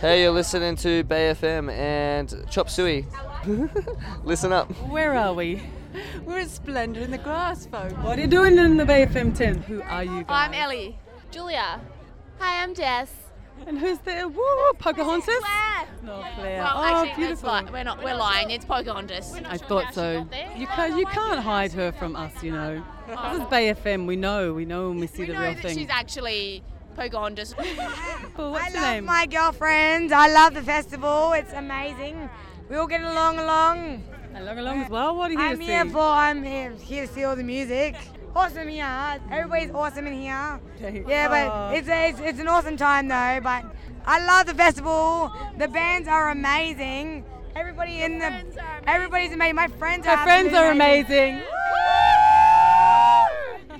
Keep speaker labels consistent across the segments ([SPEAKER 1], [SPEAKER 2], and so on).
[SPEAKER 1] Hey, you're listening to Bay FM and Chop Suey. Listen up.
[SPEAKER 2] Where are we? We're at Splendor in the Grass, folks.
[SPEAKER 3] What are you doing in the Bay FM tent? Who are you guys?
[SPEAKER 4] I'm Ellie. Julia. Hi, I'm Jess.
[SPEAKER 3] And who's there? Woo, Pocahontas?
[SPEAKER 4] Well,
[SPEAKER 3] Claire. oh,
[SPEAKER 4] actually, that's
[SPEAKER 3] beautiful.
[SPEAKER 4] li- we're not. We're, lying. It's Pocahontas.
[SPEAKER 3] I thought so. You can't, you can't hide her from us, you know. This is Bay FM. We know. We know when we see
[SPEAKER 4] We
[SPEAKER 3] the
[SPEAKER 4] know
[SPEAKER 3] real
[SPEAKER 4] that
[SPEAKER 3] thing.
[SPEAKER 4] she's actually Pocahontas.
[SPEAKER 3] Well,
[SPEAKER 5] I
[SPEAKER 3] what's your
[SPEAKER 5] love
[SPEAKER 3] name?
[SPEAKER 5] my girlfriends. I love the festival. It's amazing. We all get along, along.
[SPEAKER 3] Along, along as well. What are you here
[SPEAKER 5] I'm
[SPEAKER 3] to
[SPEAKER 5] here
[SPEAKER 3] see?
[SPEAKER 5] for. I'm here, here to see all the music. Awesome here. Everybody's awesome in here.
[SPEAKER 3] Thanks.
[SPEAKER 5] Yeah,
[SPEAKER 3] Aw.
[SPEAKER 5] but it's, a, it's it's an awesome time though. But I love the festival. The bands are amazing. Everybody in the everybody's amazing. My friends are
[SPEAKER 3] Her friends
[SPEAKER 5] absolutely
[SPEAKER 3] are amazing.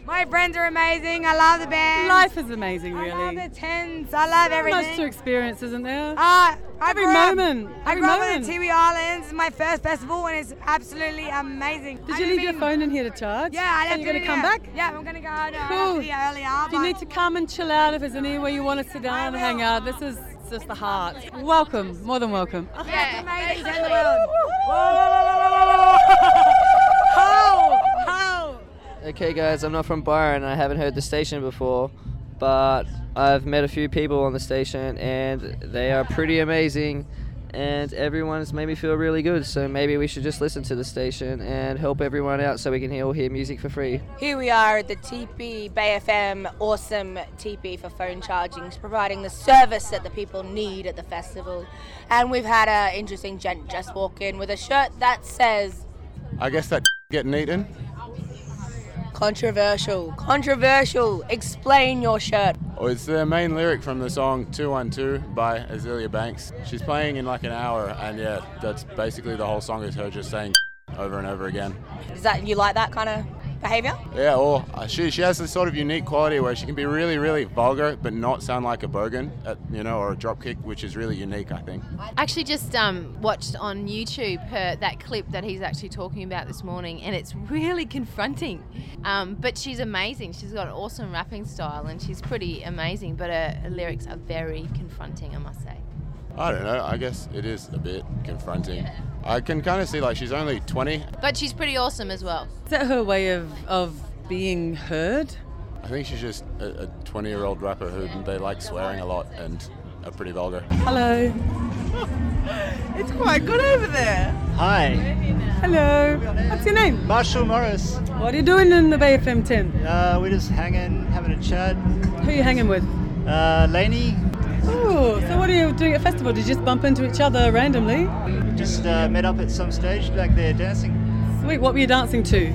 [SPEAKER 5] My friends are amazing. I love the band.
[SPEAKER 3] Life is amazing, really.
[SPEAKER 5] I love the tents. I love everything.
[SPEAKER 3] Much to experience, isn't there?
[SPEAKER 5] Uh, I
[SPEAKER 3] Every
[SPEAKER 5] grew up-
[SPEAKER 3] moment,
[SPEAKER 5] I
[SPEAKER 3] every
[SPEAKER 5] grew up in
[SPEAKER 3] moment.
[SPEAKER 5] the Tiwi Islands. It's my first festival, and it's absolutely amazing.
[SPEAKER 3] Did
[SPEAKER 5] I
[SPEAKER 3] you
[SPEAKER 5] haven't
[SPEAKER 3] leave your
[SPEAKER 5] been-
[SPEAKER 3] phone in here to charge?
[SPEAKER 5] Yeah, I
[SPEAKER 3] Are
[SPEAKER 5] left
[SPEAKER 3] you
[SPEAKER 5] it
[SPEAKER 3] going
[SPEAKER 5] in
[SPEAKER 3] to come
[SPEAKER 5] here.
[SPEAKER 3] back?
[SPEAKER 5] Yeah, I'm gonna go out uh,
[SPEAKER 3] Cool.
[SPEAKER 5] after the earlier.
[SPEAKER 3] If you
[SPEAKER 5] but-
[SPEAKER 3] need to come and chill out, if there's anywhere you want to sit down and hang out, this is just the heart. Welcome, more than welcome.
[SPEAKER 5] Yeah, it's amazing.
[SPEAKER 4] Yeah,
[SPEAKER 5] Turn the world.
[SPEAKER 3] How? How?
[SPEAKER 1] Okay, guys, I'm not from Byron. I haven't heard the station before, but I've met a few people on the station, and they are pretty amazing. And everyone's made me feel really good. So maybe we should just listen to the station and help everyone out so we can all hear music for free.
[SPEAKER 6] Here we are at the TP Bay FM awesome TP for phone charging, providing the service that the people need at the festival. And we've had an interesting gent just walk in with a shirt that says
[SPEAKER 7] I guess that getting eaten.
[SPEAKER 6] controversial. Controversial. Explain your shirt.
[SPEAKER 7] Oh, it's the main lyric from the song 212 by Azealia Banks. She's playing in like an hour, and yeah, that's basically the whole song is her just saying over and over again.
[SPEAKER 6] Is that you like that kind of behavior?
[SPEAKER 7] Yeah, or uh, she, she has this sort of unique quality where she can be really, really vulgar, but not sound like a bogan, at, you know, or a dropkick, which is really unique, I think.
[SPEAKER 8] actually just um, watched on YouTube her that clip that he's actually talking about this morning, and it's really confronting. Um, but she's amazing. She's got an awesome rapping style, and she's pretty amazing. But her, her lyrics are very confronting, I must say.
[SPEAKER 7] I don't know, I guess it is a bit confronting. I can kind of see like she's only 20.
[SPEAKER 8] But she's pretty awesome as well.
[SPEAKER 3] Is that her way of, of being heard?
[SPEAKER 7] I think she's just a 20 year old rapper who they like swearing a lot and are pretty vulgar.
[SPEAKER 3] Hello.
[SPEAKER 2] It's quite good over there.
[SPEAKER 9] Hi,
[SPEAKER 3] Hello. What's your name?
[SPEAKER 9] Marshall Morris.
[SPEAKER 3] What are you doing in the Bay FM tent?
[SPEAKER 9] Uh, we're just hanging, having a chat.
[SPEAKER 3] Who are you hanging with?
[SPEAKER 9] Uh, Laney,
[SPEAKER 3] Oh, so what are you doing at festival? Did you just bump into each other randomly?
[SPEAKER 9] we just uh, met up at some stage back there dancing.
[SPEAKER 3] Sweet, what were you dancing to?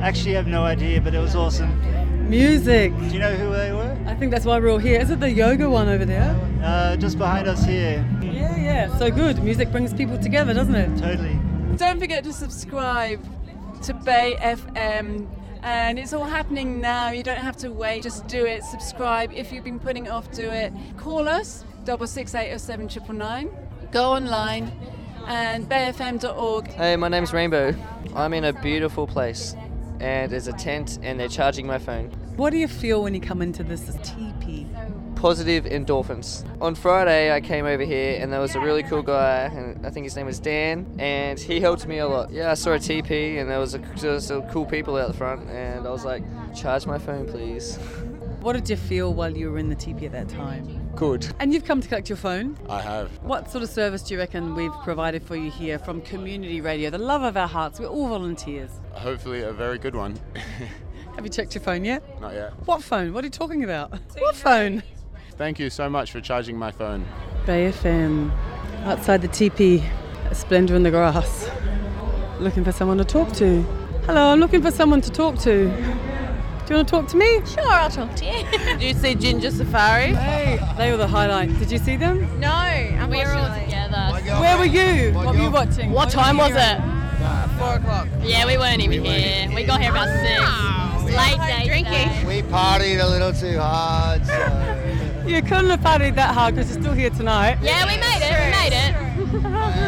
[SPEAKER 9] Actually, have no idea, but it was awesome.
[SPEAKER 3] Music.
[SPEAKER 9] Do you know who they were?
[SPEAKER 3] I think that's why we're all here. Is it the yoga one over there?
[SPEAKER 9] Uh, just behind us here.
[SPEAKER 3] Yeah, yeah. So good. Music brings people together, doesn't it?
[SPEAKER 9] Totally.
[SPEAKER 2] Don't forget to subscribe to Bay FM. And it's all happening now. You don't have to wait. Just do it. Subscribe. If you've been putting it off, do it. Call us double six eight oh seven triple nine. Go online and bayfm.org.
[SPEAKER 1] Hey, my name's Rainbow. I'm in a beautiful place, and there's a tent, and they're charging my phone.
[SPEAKER 3] What do you feel when you come into this teepee?
[SPEAKER 1] positive endorphins. On Friday, I came over here and there was a really cool guy, and I think his name was Dan, and he helped me a lot. Yeah, I saw a TP and there was a, there was some cool people out the front, and I was like, charge my phone, please.
[SPEAKER 3] What did you feel while you were in the teepee at that time?
[SPEAKER 7] Good.
[SPEAKER 3] And you've come to collect your phone.
[SPEAKER 7] I have.
[SPEAKER 3] What sort of service do you reckon we've provided for you here from community radio, the love of our hearts? We're all volunteers.
[SPEAKER 7] Hopefully, a very good one.
[SPEAKER 3] Have you checked your phone yet?
[SPEAKER 7] Not yet.
[SPEAKER 3] What phone? What are you talking about? What phone?
[SPEAKER 7] Thank you so much for charging my phone.
[SPEAKER 3] Bay FM, outside the teepee, a splendour in the grass. Looking for someone to talk to. Hello, I'm looking for someone to talk to. Do you want to talk to me?
[SPEAKER 6] Sure, I'll talk to you.
[SPEAKER 2] Do you see Ginger Safari?
[SPEAKER 3] Hey, they were the highlight. Did you see them?
[SPEAKER 6] No, I'm
[SPEAKER 4] We're all together.
[SPEAKER 3] Where were you? What were you watching?
[SPEAKER 4] What time was it?
[SPEAKER 2] Four o'clock.
[SPEAKER 4] Yeah, we weren't even here. We got here about six. Late day drinking.
[SPEAKER 10] We partied a little too hard. So.
[SPEAKER 3] You couldn't have partied that hard because you're still here tonight.
[SPEAKER 4] Yeah, we made it. We made it.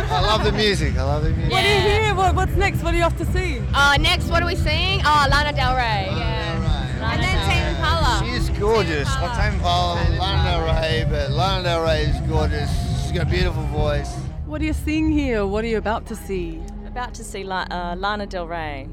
[SPEAKER 10] I love the music. I love the music.
[SPEAKER 3] What are you here? What, what's next? What are you off to see?
[SPEAKER 4] Uh, next, what are we seeing? Oh, Lana Del Rey. Yeah.
[SPEAKER 10] All right.
[SPEAKER 4] And then Tame Impala.
[SPEAKER 10] She's gorgeous. Well, Tame Impala, Lana Del Rey, but Lana Del Rey is gorgeous. She's got a beautiful voice.
[SPEAKER 3] What are you seeing here? What are you about to see?
[SPEAKER 11] About to see La- uh, Lana Del Rey.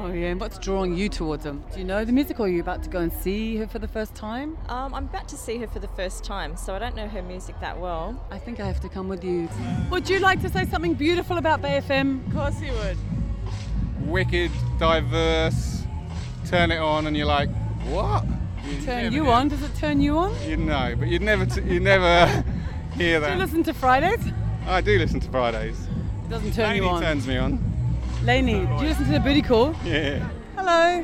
[SPEAKER 3] Oh, yeah. And what's drawing you towards them? Do you know the music or are you about to go and see her for the first time?
[SPEAKER 11] Um, I'm about to see her for the first time, so I don't know her music that well.
[SPEAKER 3] I think I have to come with you. Would you like to say something beautiful about BFM? Of course you would.
[SPEAKER 12] Wicked, diverse. Turn it on, and you're like, what? You
[SPEAKER 3] Turn
[SPEAKER 12] never
[SPEAKER 3] you
[SPEAKER 12] hear-
[SPEAKER 3] on? Does it turn you on?
[SPEAKER 12] You know, but you'd never, t- you never hear
[SPEAKER 3] Do you
[SPEAKER 12] that.
[SPEAKER 3] listen to Fridays?
[SPEAKER 12] I do listen to Fridays.
[SPEAKER 3] It doesn't turn
[SPEAKER 12] Lainey
[SPEAKER 3] you on.
[SPEAKER 12] turns me on.
[SPEAKER 3] Lainey, do you listen to the booty call?
[SPEAKER 12] Yeah.
[SPEAKER 3] Hello.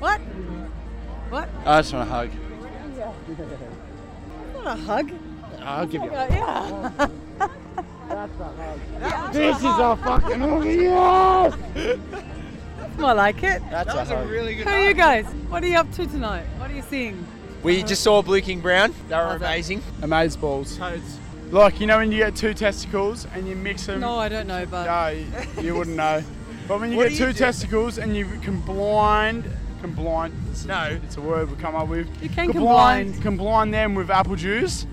[SPEAKER 3] What? What?
[SPEAKER 13] I just want a hug.
[SPEAKER 3] Not a hug.
[SPEAKER 13] I'll give you.
[SPEAKER 3] Yeah.
[SPEAKER 14] That's a hug.
[SPEAKER 13] This is a fucking movie. Yes.
[SPEAKER 3] That's more like it.
[SPEAKER 13] That's That a was a hug. really good
[SPEAKER 3] How are you guys? What are you up to tonight? What are you seeing?
[SPEAKER 13] We just saw Blue King Brown. They were amazing.
[SPEAKER 15] Amaze balls. Toads. Like, you know when you get two testicles and you mix them?
[SPEAKER 3] No, I don't know, but.
[SPEAKER 15] No, you, you wouldn't know. But when you
[SPEAKER 13] What
[SPEAKER 15] get
[SPEAKER 13] do
[SPEAKER 15] two
[SPEAKER 13] you do?
[SPEAKER 15] testicles and you can blind. Can blind. No. It's a word we come up with. You
[SPEAKER 3] can
[SPEAKER 15] Can blind, them with apple juice.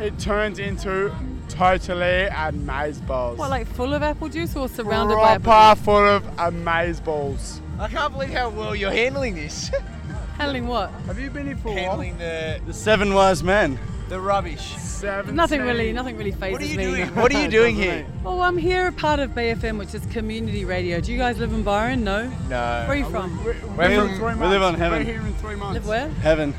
[SPEAKER 15] It turns into totally amaze balls.
[SPEAKER 3] What, like full of apple juice or surrounded by apple
[SPEAKER 15] Proper full of amaze balls.
[SPEAKER 13] I can't believe how well you're handling this.
[SPEAKER 3] Handling what?
[SPEAKER 15] Have you been here for
[SPEAKER 13] handling the
[SPEAKER 15] The seven wise men.
[SPEAKER 13] the rubbish.
[SPEAKER 3] Nothing really, nothing really phases me.
[SPEAKER 13] doing- what are you doing here?
[SPEAKER 3] Well, I'm here, part of BFM, which is community radio. Do you guys live in Byron? No.
[SPEAKER 13] No.
[SPEAKER 3] Where are you from?
[SPEAKER 15] We're,
[SPEAKER 13] We're from- we live on heaven.
[SPEAKER 15] We're here in three months.
[SPEAKER 3] Live where?
[SPEAKER 13] Heaven.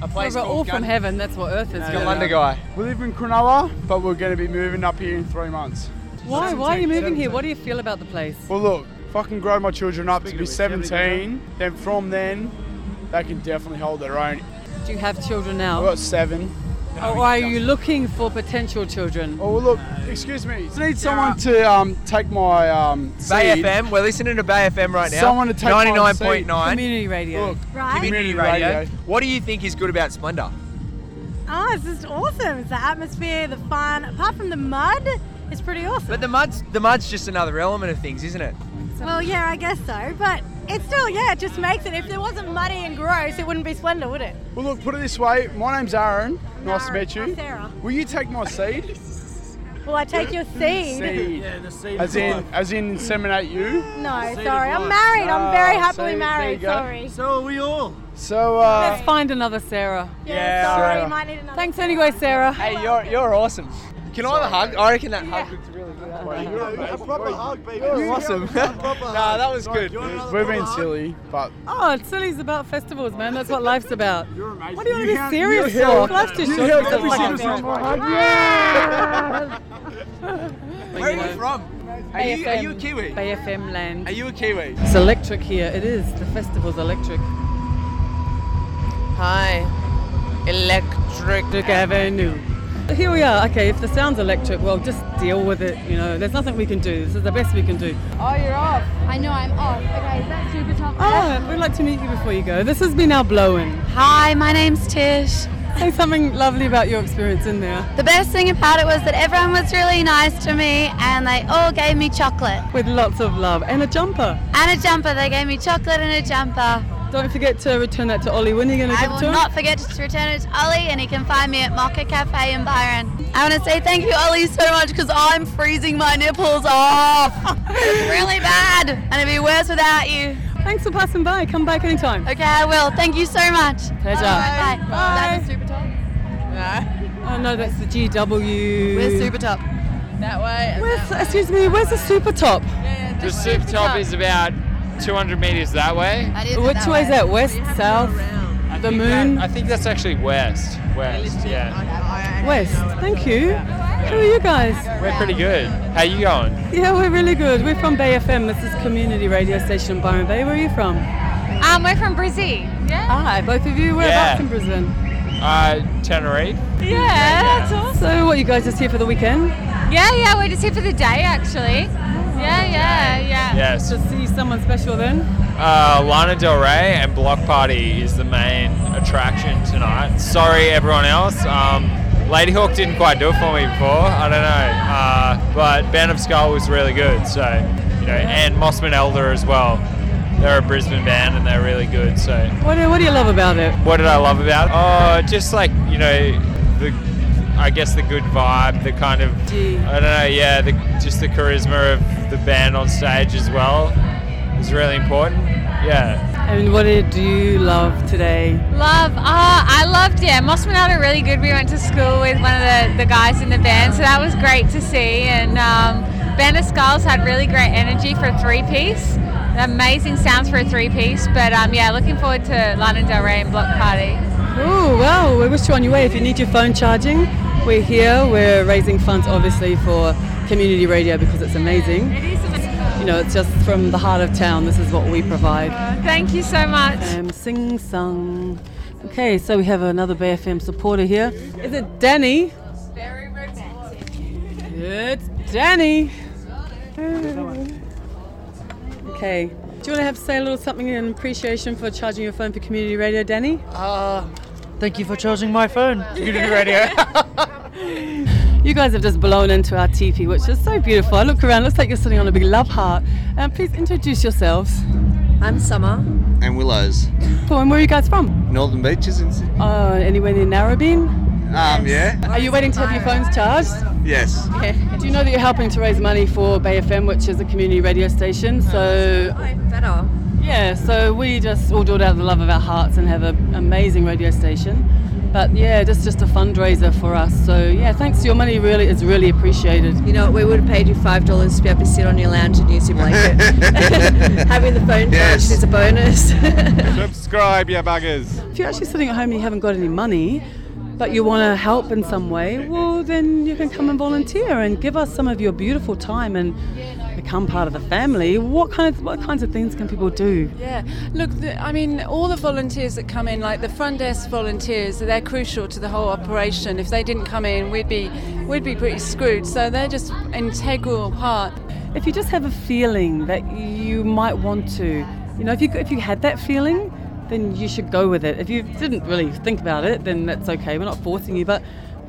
[SPEAKER 15] A
[SPEAKER 3] Well, we're all from heaven. That's what Earth is.
[SPEAKER 15] No, no, no. We live in Cronulla, but we're going to be moving up here in three months.
[SPEAKER 3] Why? Why are you
[SPEAKER 15] 17,
[SPEAKER 3] moving here? What do you feel about the place?
[SPEAKER 15] Well, look, if I can grow my children up to be 17, then from then, they can definitely hold their own.
[SPEAKER 3] Do you have children now?
[SPEAKER 15] I've got seven.
[SPEAKER 3] or Oh, are you looking for potential children?
[SPEAKER 15] Oh, look, excuse me. I need someone to um, take my um,
[SPEAKER 13] Bay
[SPEAKER 15] seed.
[SPEAKER 13] FM. We're listening to Bay FM right now.
[SPEAKER 15] Someone to take my seed.
[SPEAKER 13] 99.9.
[SPEAKER 3] Community radio.
[SPEAKER 13] Look,
[SPEAKER 16] Right.
[SPEAKER 13] Community
[SPEAKER 15] Community
[SPEAKER 13] radio.
[SPEAKER 15] radio.
[SPEAKER 13] What do you think is good about Splendor?
[SPEAKER 16] Oh, it's just awesome. It's the atmosphere, the fun. Apart from the mud, it's pretty awesome.
[SPEAKER 13] But the mud's the mud's just another element of things, isn't it?
[SPEAKER 16] Well, yeah, I guess so. But it's still, yeah, it just makes it. If there wasn't muddy and gross, it wouldn't be Splendor, would it?
[SPEAKER 15] Well, look, put it this way. My name's Aaron. Nice to meet you.
[SPEAKER 16] I'm Sarah.
[SPEAKER 15] Will you take my seed?
[SPEAKER 16] Well, I take your seed.
[SPEAKER 15] Seed. As in, as in inseminate you?
[SPEAKER 16] No, sorry. I'm married. I'm very
[SPEAKER 7] Ah,
[SPEAKER 16] happily married. Sorry.
[SPEAKER 15] So are we all. So, uh.
[SPEAKER 3] Let's find another Sarah.
[SPEAKER 13] Yeah, Yeah, sorry, Sarah.
[SPEAKER 16] might need another.
[SPEAKER 3] Thanks anyway, Sarah.
[SPEAKER 13] Hey, you're you're awesome. Can I have a hug? I reckon that hug looks really
[SPEAKER 15] good.
[SPEAKER 13] A proper hug, baby.
[SPEAKER 15] You're
[SPEAKER 13] You're awesome. nah, that was good.
[SPEAKER 15] We've been silly, but
[SPEAKER 3] Oh, it's silly's about festivals, man. That's what life's about. You're amazing. What do you want to
[SPEAKER 15] You
[SPEAKER 3] be
[SPEAKER 15] help-
[SPEAKER 3] serious
[SPEAKER 15] you help-
[SPEAKER 3] for? Life's just
[SPEAKER 15] you
[SPEAKER 3] short.
[SPEAKER 15] help
[SPEAKER 3] It's
[SPEAKER 15] every
[SPEAKER 3] like-
[SPEAKER 15] single time.
[SPEAKER 13] Where are you from? Are you, are you a Kiwi?
[SPEAKER 3] Bay FM land.
[SPEAKER 13] Are you a Kiwi?
[SPEAKER 3] It's electric here. It is. The festival's electric.
[SPEAKER 17] Hi. Electric
[SPEAKER 3] Avenue. Here we are. Okay, if the sound's electric, well, just deal with it. You know, there's nothing we can do. This is the best we can do.
[SPEAKER 18] Oh, you're off. I know I'm off. Okay, is that super tough?
[SPEAKER 3] Oh, we'd like to meet you before you go. This has been our blow-in.
[SPEAKER 18] Hi, my name's Tish.
[SPEAKER 3] Say something lovely about your experience in there.
[SPEAKER 18] The best thing about it was that everyone was really nice to me and they all gave me chocolate.
[SPEAKER 3] With lots of love and a jumper.
[SPEAKER 18] And a jumper, they gave me chocolate and a jumper.
[SPEAKER 3] Don't forget to return that to Ollie. When are you going to
[SPEAKER 18] I
[SPEAKER 3] give it to
[SPEAKER 18] will
[SPEAKER 3] him?
[SPEAKER 18] not forget to return it to Ollie and he can find me at Mocha Cafe in Byron. I want to say thank you, Ollie, so much because I'm freezing my nipples off. It's really bad and it'd be worse without you.
[SPEAKER 3] Thanks for passing by. Come back anytime.
[SPEAKER 18] Okay, I will. Thank you so much.
[SPEAKER 3] Pleasure.
[SPEAKER 18] Bye. Bye.
[SPEAKER 3] Bye.
[SPEAKER 18] Is that the super top?
[SPEAKER 3] Oh no, that's the GW.
[SPEAKER 17] Where's Super Top?
[SPEAKER 3] That way. Where's, excuse me, where's the super top?
[SPEAKER 19] The soup top is about 200 meters that way.
[SPEAKER 3] Which way is that? West, south, the moon?
[SPEAKER 19] I think that's actually west. West, yeah.
[SPEAKER 3] West. Thank you. Who are you guys?
[SPEAKER 19] We're pretty good. How you going?
[SPEAKER 3] Yeah, we're really good. We're from Bay FM. This is community radio station in Byron Bay. Where are you from?
[SPEAKER 18] Um, we're from Brazil. Yeah.
[SPEAKER 3] Ah, both of you.
[SPEAKER 19] Yeah.
[SPEAKER 3] Whereabouts in Brisbane?
[SPEAKER 19] Uh, Tenerife.
[SPEAKER 18] Yeah, that's awesome.
[SPEAKER 3] So, what you guys just here for the weekend?
[SPEAKER 18] Yeah, yeah, we're just here for the day actually.
[SPEAKER 3] Oh,
[SPEAKER 18] Yeah, yeah, yeah.
[SPEAKER 19] Yes.
[SPEAKER 3] To see someone special then?
[SPEAKER 19] Uh, Lana Del Rey and Block Party is the main attraction tonight. Sorry, everyone else. Um, Lady Hawk didn't quite do it for me before. I don't know. Uh, but Band of Skull was really good. So, you know, and Mossman Elder as well. They're a Brisbane band and they're really good. So
[SPEAKER 3] What do, what do you love about it?
[SPEAKER 19] What did I love about? it? Oh, just like you know, the I guess the good vibe, the kind of I don't know, yeah, the, just the charisma of the band on stage as well is really important. Yeah,
[SPEAKER 3] And what did you love today?
[SPEAKER 14] Love. Ah, I loved it. Moss Monada are really good. We went to school with one of the, the guys in the band, so that was great to see. And um, Band of Skulls had really great energy for a three piece. Amazing sounds for a three piece. But um, yeah, looking forward to Lana Del Rey and Block Party.
[SPEAKER 3] Oh, well, we wish you on your way. If you need your phone charging, we're here. We're raising funds, obviously, for community radio because it's amazing. It is amazing. You know, it's just from the heart of town. This is what we provide.
[SPEAKER 14] Thank you so much.
[SPEAKER 3] Um, sing song. Okay, so we have another Bay FM supporter here. Is it Danny? It's Danny. Okay. Do you want to have to say a little something in appreciation for charging your phone for community radio, Danny? Uh,
[SPEAKER 20] Thank you for charging my phone. Community radio.
[SPEAKER 3] You guys have just blown into our teepee, which is so beautiful. I look around, looks like you're sitting on a big love heart. Um, please introduce yourselves. I'm Summer.
[SPEAKER 21] and Willows.
[SPEAKER 3] Cool, and where are you guys from?
[SPEAKER 21] Northern Beaches in Sydney.
[SPEAKER 3] Uh, anywhere near Narrabeen?
[SPEAKER 21] Um, yeah?
[SPEAKER 3] Are you waiting to have your phones charged?
[SPEAKER 21] Yes.
[SPEAKER 3] Okay. Do you know that you're helping to raise money for Bay FM, which is a community radio station? So. better. Yeah, so we just all do it out of the love of our hearts and have an amazing radio station. But yeah, just just a fundraiser for us. So yeah, thanks. Your money really is really appreciated.
[SPEAKER 22] You know, we would have paid you five dollars to be able to sit on your lounge and use your blanket. Having the phone charged is a bonus.
[SPEAKER 12] Subscribe, you buggers.
[SPEAKER 3] If you're actually sitting at home and you haven't got any money, but you want to help in some way, well, then you can come and volunteer and give us some of your beautiful time and become part of the family. What kind of what kinds of things can people do?
[SPEAKER 2] Yeah, look, the, I mean, all the volunteers that come in, like the front desk volunteers, they're crucial to the whole operation. If they didn't come in, we'd be we'd be pretty screwed. So they're just integral part.
[SPEAKER 3] If you just have a feeling that you might want to, you know, if you if you had that feeling, then you should go with it. If you didn't really think about it, then that's okay. We're not forcing you, but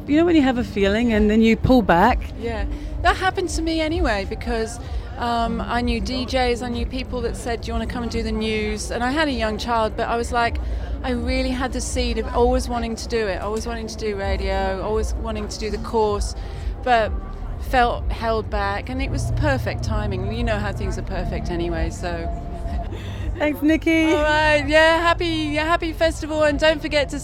[SPEAKER 3] you know when you have a feeling and then you pull back
[SPEAKER 2] Yeah, that happened to me anyway because um, I knew DJs, I knew people that said, "Do you want to come and do the news?" And I had a young child, but I was like, I really had the seed of always wanting to do it, always wanting to do radio, always wanting to do the course, but felt held back, and it was the perfect timing. You know how things are perfect anyway, so.
[SPEAKER 3] Thanks, Nikki.
[SPEAKER 2] All right, yeah, happy, yeah, happy festival, and don't forget to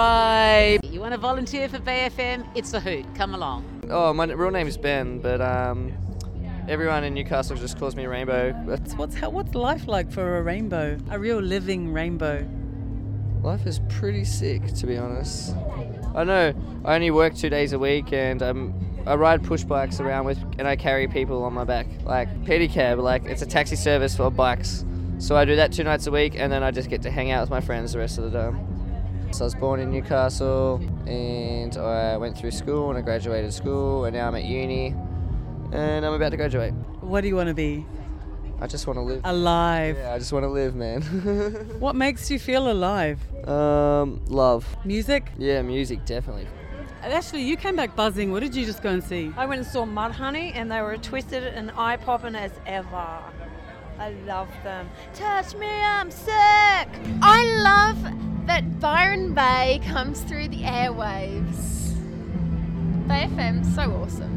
[SPEAKER 2] subscribe.
[SPEAKER 23] You want to volunteer for BFM? It's a hoot. Come along.
[SPEAKER 1] Oh, my real name is Ben, but um, everyone in Newcastle just calls me Rainbow. That's
[SPEAKER 3] what's how, what's life like for a rainbow? A real living rainbow.
[SPEAKER 1] Life is pretty sick, to be honest. I know. I only work two days a week, and um, I ride push bikes around with, and I carry people on my back, like pedicab. Like it's a taxi service for bikes. So I do that two nights a week, and then I just get to hang out with my friends the rest of the time. So I was born in Newcastle, and I went through school, and I graduated school, and now I'm at uni, and I'm about to graduate.
[SPEAKER 3] What do you want to be?
[SPEAKER 1] I just want to live.
[SPEAKER 3] Alive.
[SPEAKER 1] Yeah, I just want to live, man.
[SPEAKER 3] What makes you feel alive?
[SPEAKER 1] um, love.
[SPEAKER 3] Music?
[SPEAKER 1] Yeah, music, definitely.
[SPEAKER 3] Ashley, you came back buzzing. What did you just go and see?
[SPEAKER 24] I went and saw Mudhoney, and they were twisted and eye popping as ever. I love them. Touch me, I'm sick.
[SPEAKER 4] I love that Byron Bay comes through the airwaves. Bay FM, so awesome.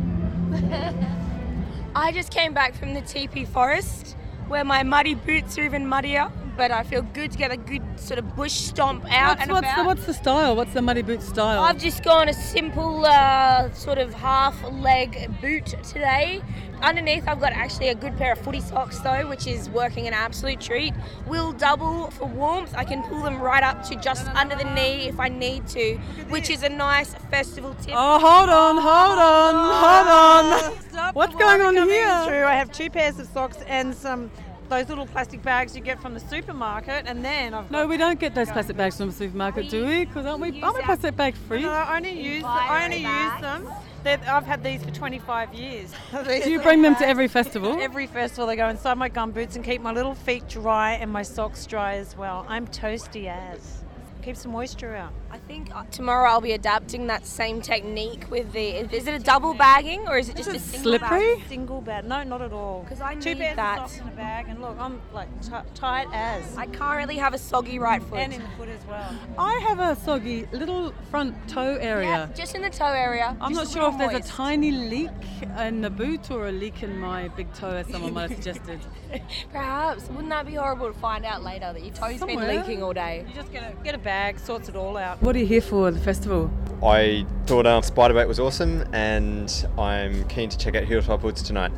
[SPEAKER 6] I just came back from the teepee forest where my muddy boots are even muddier, but I feel good to get a good sort of bush stomp out
[SPEAKER 3] What's,
[SPEAKER 6] and
[SPEAKER 3] what's, the,
[SPEAKER 6] about.
[SPEAKER 3] what's the style? What's the muddy boot style?
[SPEAKER 6] I've just gone a simple uh, sort of half leg boot today. Underneath, I've got actually a good pair of footy socks though, which is working an absolute treat. Will double for warmth. I can pull them right up to just under the knee if I need to, which is a nice festival tip.
[SPEAKER 3] Oh, hold on, hold on, hold on. What's going on
[SPEAKER 24] coming
[SPEAKER 3] here?
[SPEAKER 24] Through. I have two pairs of socks and some those little plastic bags you get from the supermarket, and then I've
[SPEAKER 3] No, we don't get those plastic bags from the supermarket, do we? Because aren't we? Aren't we plastic bag free?
[SPEAKER 24] No, I only use I only use them. They're, I've had these for 25 years.
[SPEAKER 3] Do you bring them to every festival?
[SPEAKER 24] Every festival, they go inside my gum boots and keep my little feet dry and my socks dry as well. I'm toasty as. Keeps the moisture out.
[SPEAKER 6] I think uh, tomorrow I'll be adapting that same technique with the. Is it a double bagging or is it just a single
[SPEAKER 24] slippery?
[SPEAKER 6] bag?
[SPEAKER 24] Single bag? No, not at all. Because I
[SPEAKER 6] need
[SPEAKER 24] two pairs
[SPEAKER 6] that.
[SPEAKER 24] of socks in a bag, and look, I'm like t- tight as.
[SPEAKER 6] I can't really have a soggy right foot.
[SPEAKER 24] And in the foot as well.
[SPEAKER 3] I have a soggy little front toe area.
[SPEAKER 6] Uh, Just in the toe area.
[SPEAKER 3] I'm not
[SPEAKER 6] just
[SPEAKER 3] sure if
[SPEAKER 6] little
[SPEAKER 3] there's a tiny leak in the boot or a leak in my big toe, as someone might have suggested.
[SPEAKER 6] moist. Perhaps. Wouldn't that be horrible to find out later that your toe's been
[SPEAKER 24] Somewhere.
[SPEAKER 6] leaking all day?
[SPEAKER 24] You just get a get a bag, sorts it all out.
[SPEAKER 3] What are you here for the festival?
[SPEAKER 25] I thought um, Spiderbait was awesome, and I'm keen to check out Hilltop Woods tonight.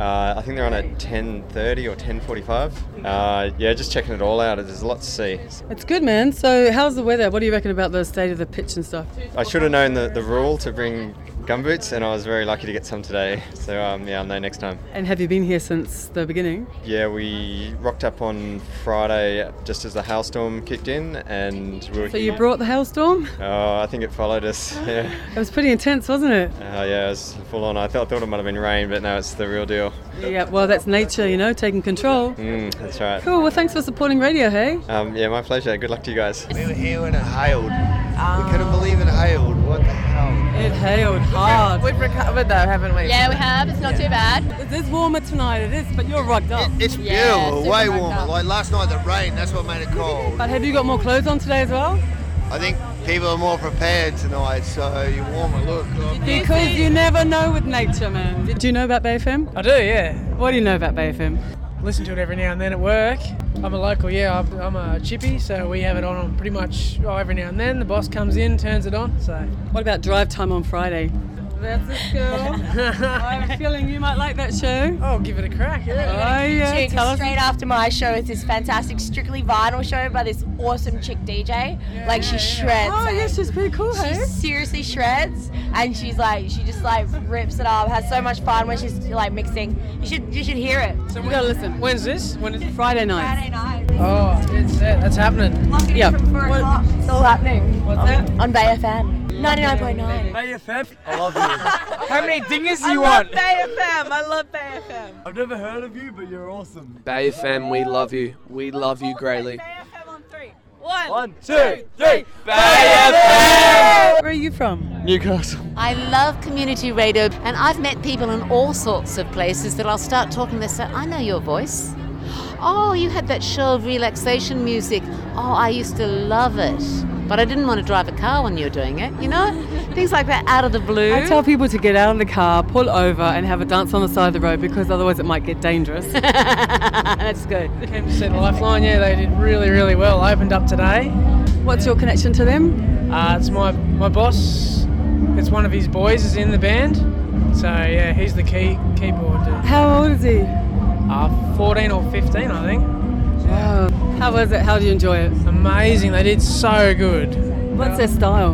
[SPEAKER 25] Uh, I think they're on at 10:30 or 10:45. Uh, yeah, just checking it all out. There's a lot to see.
[SPEAKER 3] It's good, man. So, how's the weather? What do you reckon about the state of the pitch and stuff?
[SPEAKER 25] I should have known the, the rule to bring gumboots, and I was very lucky to get some today. So um, yeah, I'll know next time.
[SPEAKER 3] And have you been here since the beginning?
[SPEAKER 25] Yeah, we rocked up on Friday just as the hailstorm kicked in, and we were.
[SPEAKER 3] So, you brought the hailstorm?
[SPEAKER 25] Oh, I think it followed us. Yeah.
[SPEAKER 3] It was pretty intense, wasn't it?
[SPEAKER 25] Uh, yeah, it was full on. I thought, I thought it might have been rain, but no, it's the real deal.
[SPEAKER 3] Yeah, well, that's nature, you know, taking control.
[SPEAKER 25] Mm, that's right.
[SPEAKER 3] Cool. Well, thanks for supporting radio, hey?
[SPEAKER 25] Um, yeah, my pleasure. Good luck to you guys.
[SPEAKER 10] We were here when it hailed.
[SPEAKER 26] Ah.
[SPEAKER 10] we couldn't believe it hailed. What the hell?
[SPEAKER 3] It hailed hard.
[SPEAKER 10] We've recovered though, haven't we?
[SPEAKER 4] Yeah, we have. It's not too bad.
[SPEAKER 3] It is warmer tonight, it is, but you're rugged up.
[SPEAKER 10] it's Beautiful, way warmer. Like last night, the rain. That's what made it cold.
[SPEAKER 3] But have you got more clothes on today as well?
[SPEAKER 10] I think people are more prepared tonight, so you're warmer. Look.
[SPEAKER 3] Because you never know with nature, man. Do you know about Bay FM?
[SPEAKER 26] I do, yeah.
[SPEAKER 3] What do you know about Bay FM?
[SPEAKER 26] Listen to it every now and then at work. I'm a local, yeah. I'm, I'm a chippy, so we have it on, on pretty much oh, every now and then. The boss comes in, turns it on. So
[SPEAKER 3] what about drive time on Friday? That's this girl. I have a feeling you might like that show.
[SPEAKER 26] Oh, give it a crack,
[SPEAKER 3] yeah. Oh, yeah.
[SPEAKER 6] Tune
[SPEAKER 3] Tell us.
[SPEAKER 6] straight after my show is this fantastic strictly vinyl show by this awesome chick DJ. like she shreds.
[SPEAKER 3] Oh, yeah, she's pretty cool.
[SPEAKER 6] She seriously shreds, and she's like, she just like rips it up. Has so much fun when she's like mixing. You should, you should hear it.
[SPEAKER 26] So we gotta listen. When's this? When is
[SPEAKER 3] Friday night.
[SPEAKER 6] Friday night.
[SPEAKER 26] Oh, it's that. That's happening.
[SPEAKER 6] Yeah. It's all happening. What's that? On Bay FM. 99.9.
[SPEAKER 7] AFF,
[SPEAKER 13] Oh,
[SPEAKER 7] I love you. How many dingers do you want?
[SPEAKER 24] BayFM. I love BayFM.
[SPEAKER 7] I've never heard of you, but you're awesome.
[SPEAKER 8] Bay FM, we love you. We love you greatly.
[SPEAKER 24] One.
[SPEAKER 7] One, two, three.
[SPEAKER 3] Where are you from?
[SPEAKER 8] Newcastle.
[SPEAKER 27] I love community radio, and I've met people in all sorts of places that I'll start talking. They say, "I know your voice." Oh, you had that show of relaxation music. Oh, I used to love it, but I didn't want to drive a car when you were doing it. You know, things like that out of the blue.
[SPEAKER 3] I tell people to get out of the car, pull over, and have a dance on the side of the road because otherwise it might get dangerous.
[SPEAKER 26] That's good. Came to see the Lifeline. Yeah, they did really, really well. Opened up today.
[SPEAKER 3] What's your connection to them?
[SPEAKER 26] Uh, it's my my boss. It's one of his boys is in the band. So yeah, he's the key keyboard. uh,
[SPEAKER 3] How old is he?
[SPEAKER 26] Uh, 14 or 15, I think.
[SPEAKER 3] Wow. How was it? How do you enjoy it?
[SPEAKER 26] Amazing. They did so good.
[SPEAKER 3] What's their style?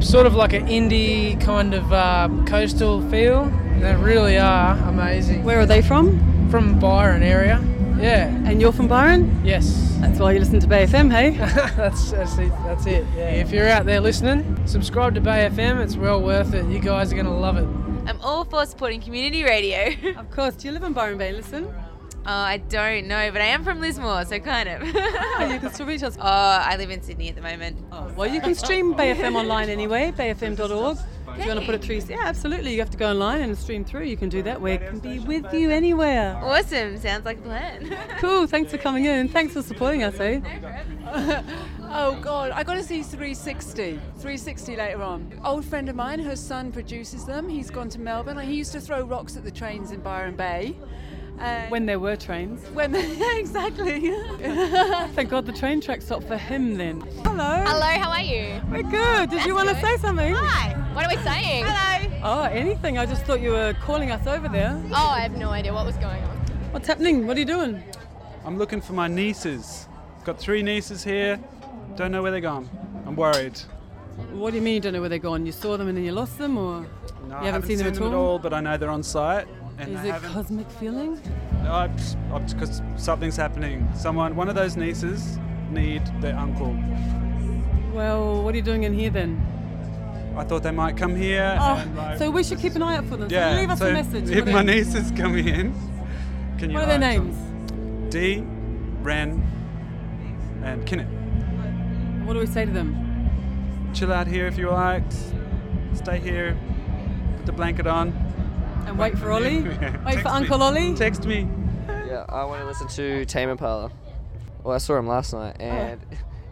[SPEAKER 26] Sort of like an indie kind of uh, coastal feel. They really are amazing.
[SPEAKER 3] Where are they from?
[SPEAKER 26] From Byron area. Yeah.
[SPEAKER 3] And you're from Byron?
[SPEAKER 26] Yes.
[SPEAKER 3] That's why you listen to Bay FM, hey?
[SPEAKER 26] that's, that's it. That's it. Yeah. If you're out there listening, subscribe to Bay FM. It's well worth it. You guys are going to love it.
[SPEAKER 27] I'm all for supporting community radio.
[SPEAKER 3] of course. Do you live in Byron Bay? Listen.
[SPEAKER 27] Oh, I don't know, but I am from Lismore, so kind of.
[SPEAKER 3] you can still reach us.
[SPEAKER 27] Oh, I live in Sydney at the moment.
[SPEAKER 3] Oh, Well, you can stream Bay FM online anyway, bayfm.org. If you want to put it through, yeah, absolutely. You have to go online and stream through. You can do that where it can be with you anywhere.
[SPEAKER 27] Awesome. Sounds like a plan.
[SPEAKER 3] Cool. Thanks for coming in. Thanks for supporting us, eh?
[SPEAKER 2] oh God, I got to see 360. 360 later on. Old friend of mine, her son produces them. He's gone to Melbourne. He used to throw rocks at the trains in Byron Bay. And
[SPEAKER 3] When there were trains.
[SPEAKER 2] when exactly.
[SPEAKER 3] Thank God the train track stopped for him then. Hello.
[SPEAKER 4] Hello, how are you?
[SPEAKER 3] We're good. Did you want to say something?
[SPEAKER 4] Hi. What are we saying? Hello.
[SPEAKER 3] Oh, anything. I just thought you were calling us over there.
[SPEAKER 4] Oh, I have no idea what was going on.
[SPEAKER 3] What's happening? What are you doing?
[SPEAKER 28] I'm looking for my nieces. Got three nieces here. Don't know where they're gone. I'm worried.
[SPEAKER 3] What do you mean you don't know where they're gone? You saw them and then you lost them, or
[SPEAKER 28] No,
[SPEAKER 3] you
[SPEAKER 28] I haven't seen them, at, all? but I know they're on site. And
[SPEAKER 3] Is
[SPEAKER 28] they
[SPEAKER 3] it
[SPEAKER 28] haven't-
[SPEAKER 3] cosmic feeling?
[SPEAKER 28] No, I just- I just- 'cause something's happening. Someone, one of those nieces, need their uncle.
[SPEAKER 3] Well, what are you doing in here then?
[SPEAKER 28] I thought they might come here. and,
[SPEAKER 3] Oh,
[SPEAKER 28] like-
[SPEAKER 3] so we should keep an eye out for them. So
[SPEAKER 28] yeah.
[SPEAKER 3] leave us
[SPEAKER 28] so
[SPEAKER 3] a message.
[SPEAKER 28] If
[SPEAKER 3] What
[SPEAKER 28] my
[SPEAKER 3] are-
[SPEAKER 28] nieces come in, can you?
[SPEAKER 3] What are their
[SPEAKER 28] like-
[SPEAKER 3] names?
[SPEAKER 28] D, Ren, and Kinnett.
[SPEAKER 3] What do we say to them?
[SPEAKER 28] chill out here if you like. S- Stay here, put the blanket on.
[SPEAKER 3] And wait for Ollie. Wait
[SPEAKER 28] Text me.
[SPEAKER 3] for Uncle Ollie.
[SPEAKER 28] Text me.
[SPEAKER 1] Yeah, I want to listen to Tame Impala. Well, I saw him last night,
[SPEAKER 3] Oh.
[SPEAKER 1] and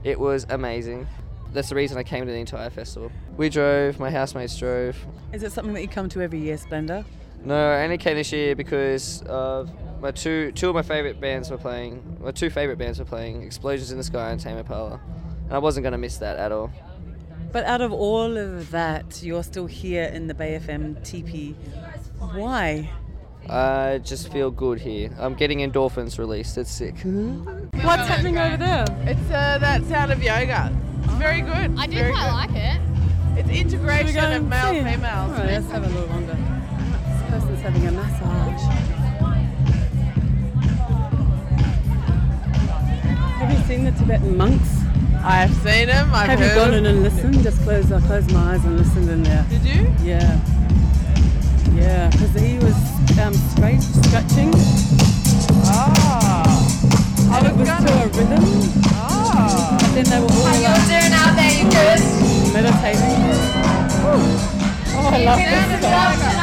[SPEAKER 1] it was amazing. That's the reason I came to the entire festival. We drove, my housemates drove.
[SPEAKER 3] Is it something that you come to every year, Splendor?
[SPEAKER 1] No, I only came this year because of my two two of my favorite bands were playing. My two favorite bands were playing: Explosions in the Sky and Tame Impala, and I wasn't gonna miss that at all.
[SPEAKER 11] But out of all of that, you're still here in the Bay FM teepee. Why?
[SPEAKER 1] I just feel good here. I'm getting endorphins released. It's sick.
[SPEAKER 3] What's happening over there?
[SPEAKER 13] It's uh, that sound of yoga. It's very good.
[SPEAKER 4] I do
[SPEAKER 13] Very
[SPEAKER 4] quite
[SPEAKER 13] good.
[SPEAKER 4] like it.
[SPEAKER 13] It's integration
[SPEAKER 3] Should we go
[SPEAKER 13] of
[SPEAKER 3] and
[SPEAKER 13] male
[SPEAKER 3] see?
[SPEAKER 13] females.
[SPEAKER 3] All right, let's have a little longer. This person's having a massage. Have you seen the Tibetan monks?
[SPEAKER 13] I have seen them. I've
[SPEAKER 3] have
[SPEAKER 13] heard
[SPEAKER 3] you gone
[SPEAKER 13] them.
[SPEAKER 3] in and listened? Just close. I closed my eyes and listened in there.
[SPEAKER 13] Did you?
[SPEAKER 3] Yeah. Yeah, because he was um, straight stretching. Ah. And it was to a rhythm. Ah. But then they were all um, How you doing out there, you good? Meditating. Oh, I love this stuff.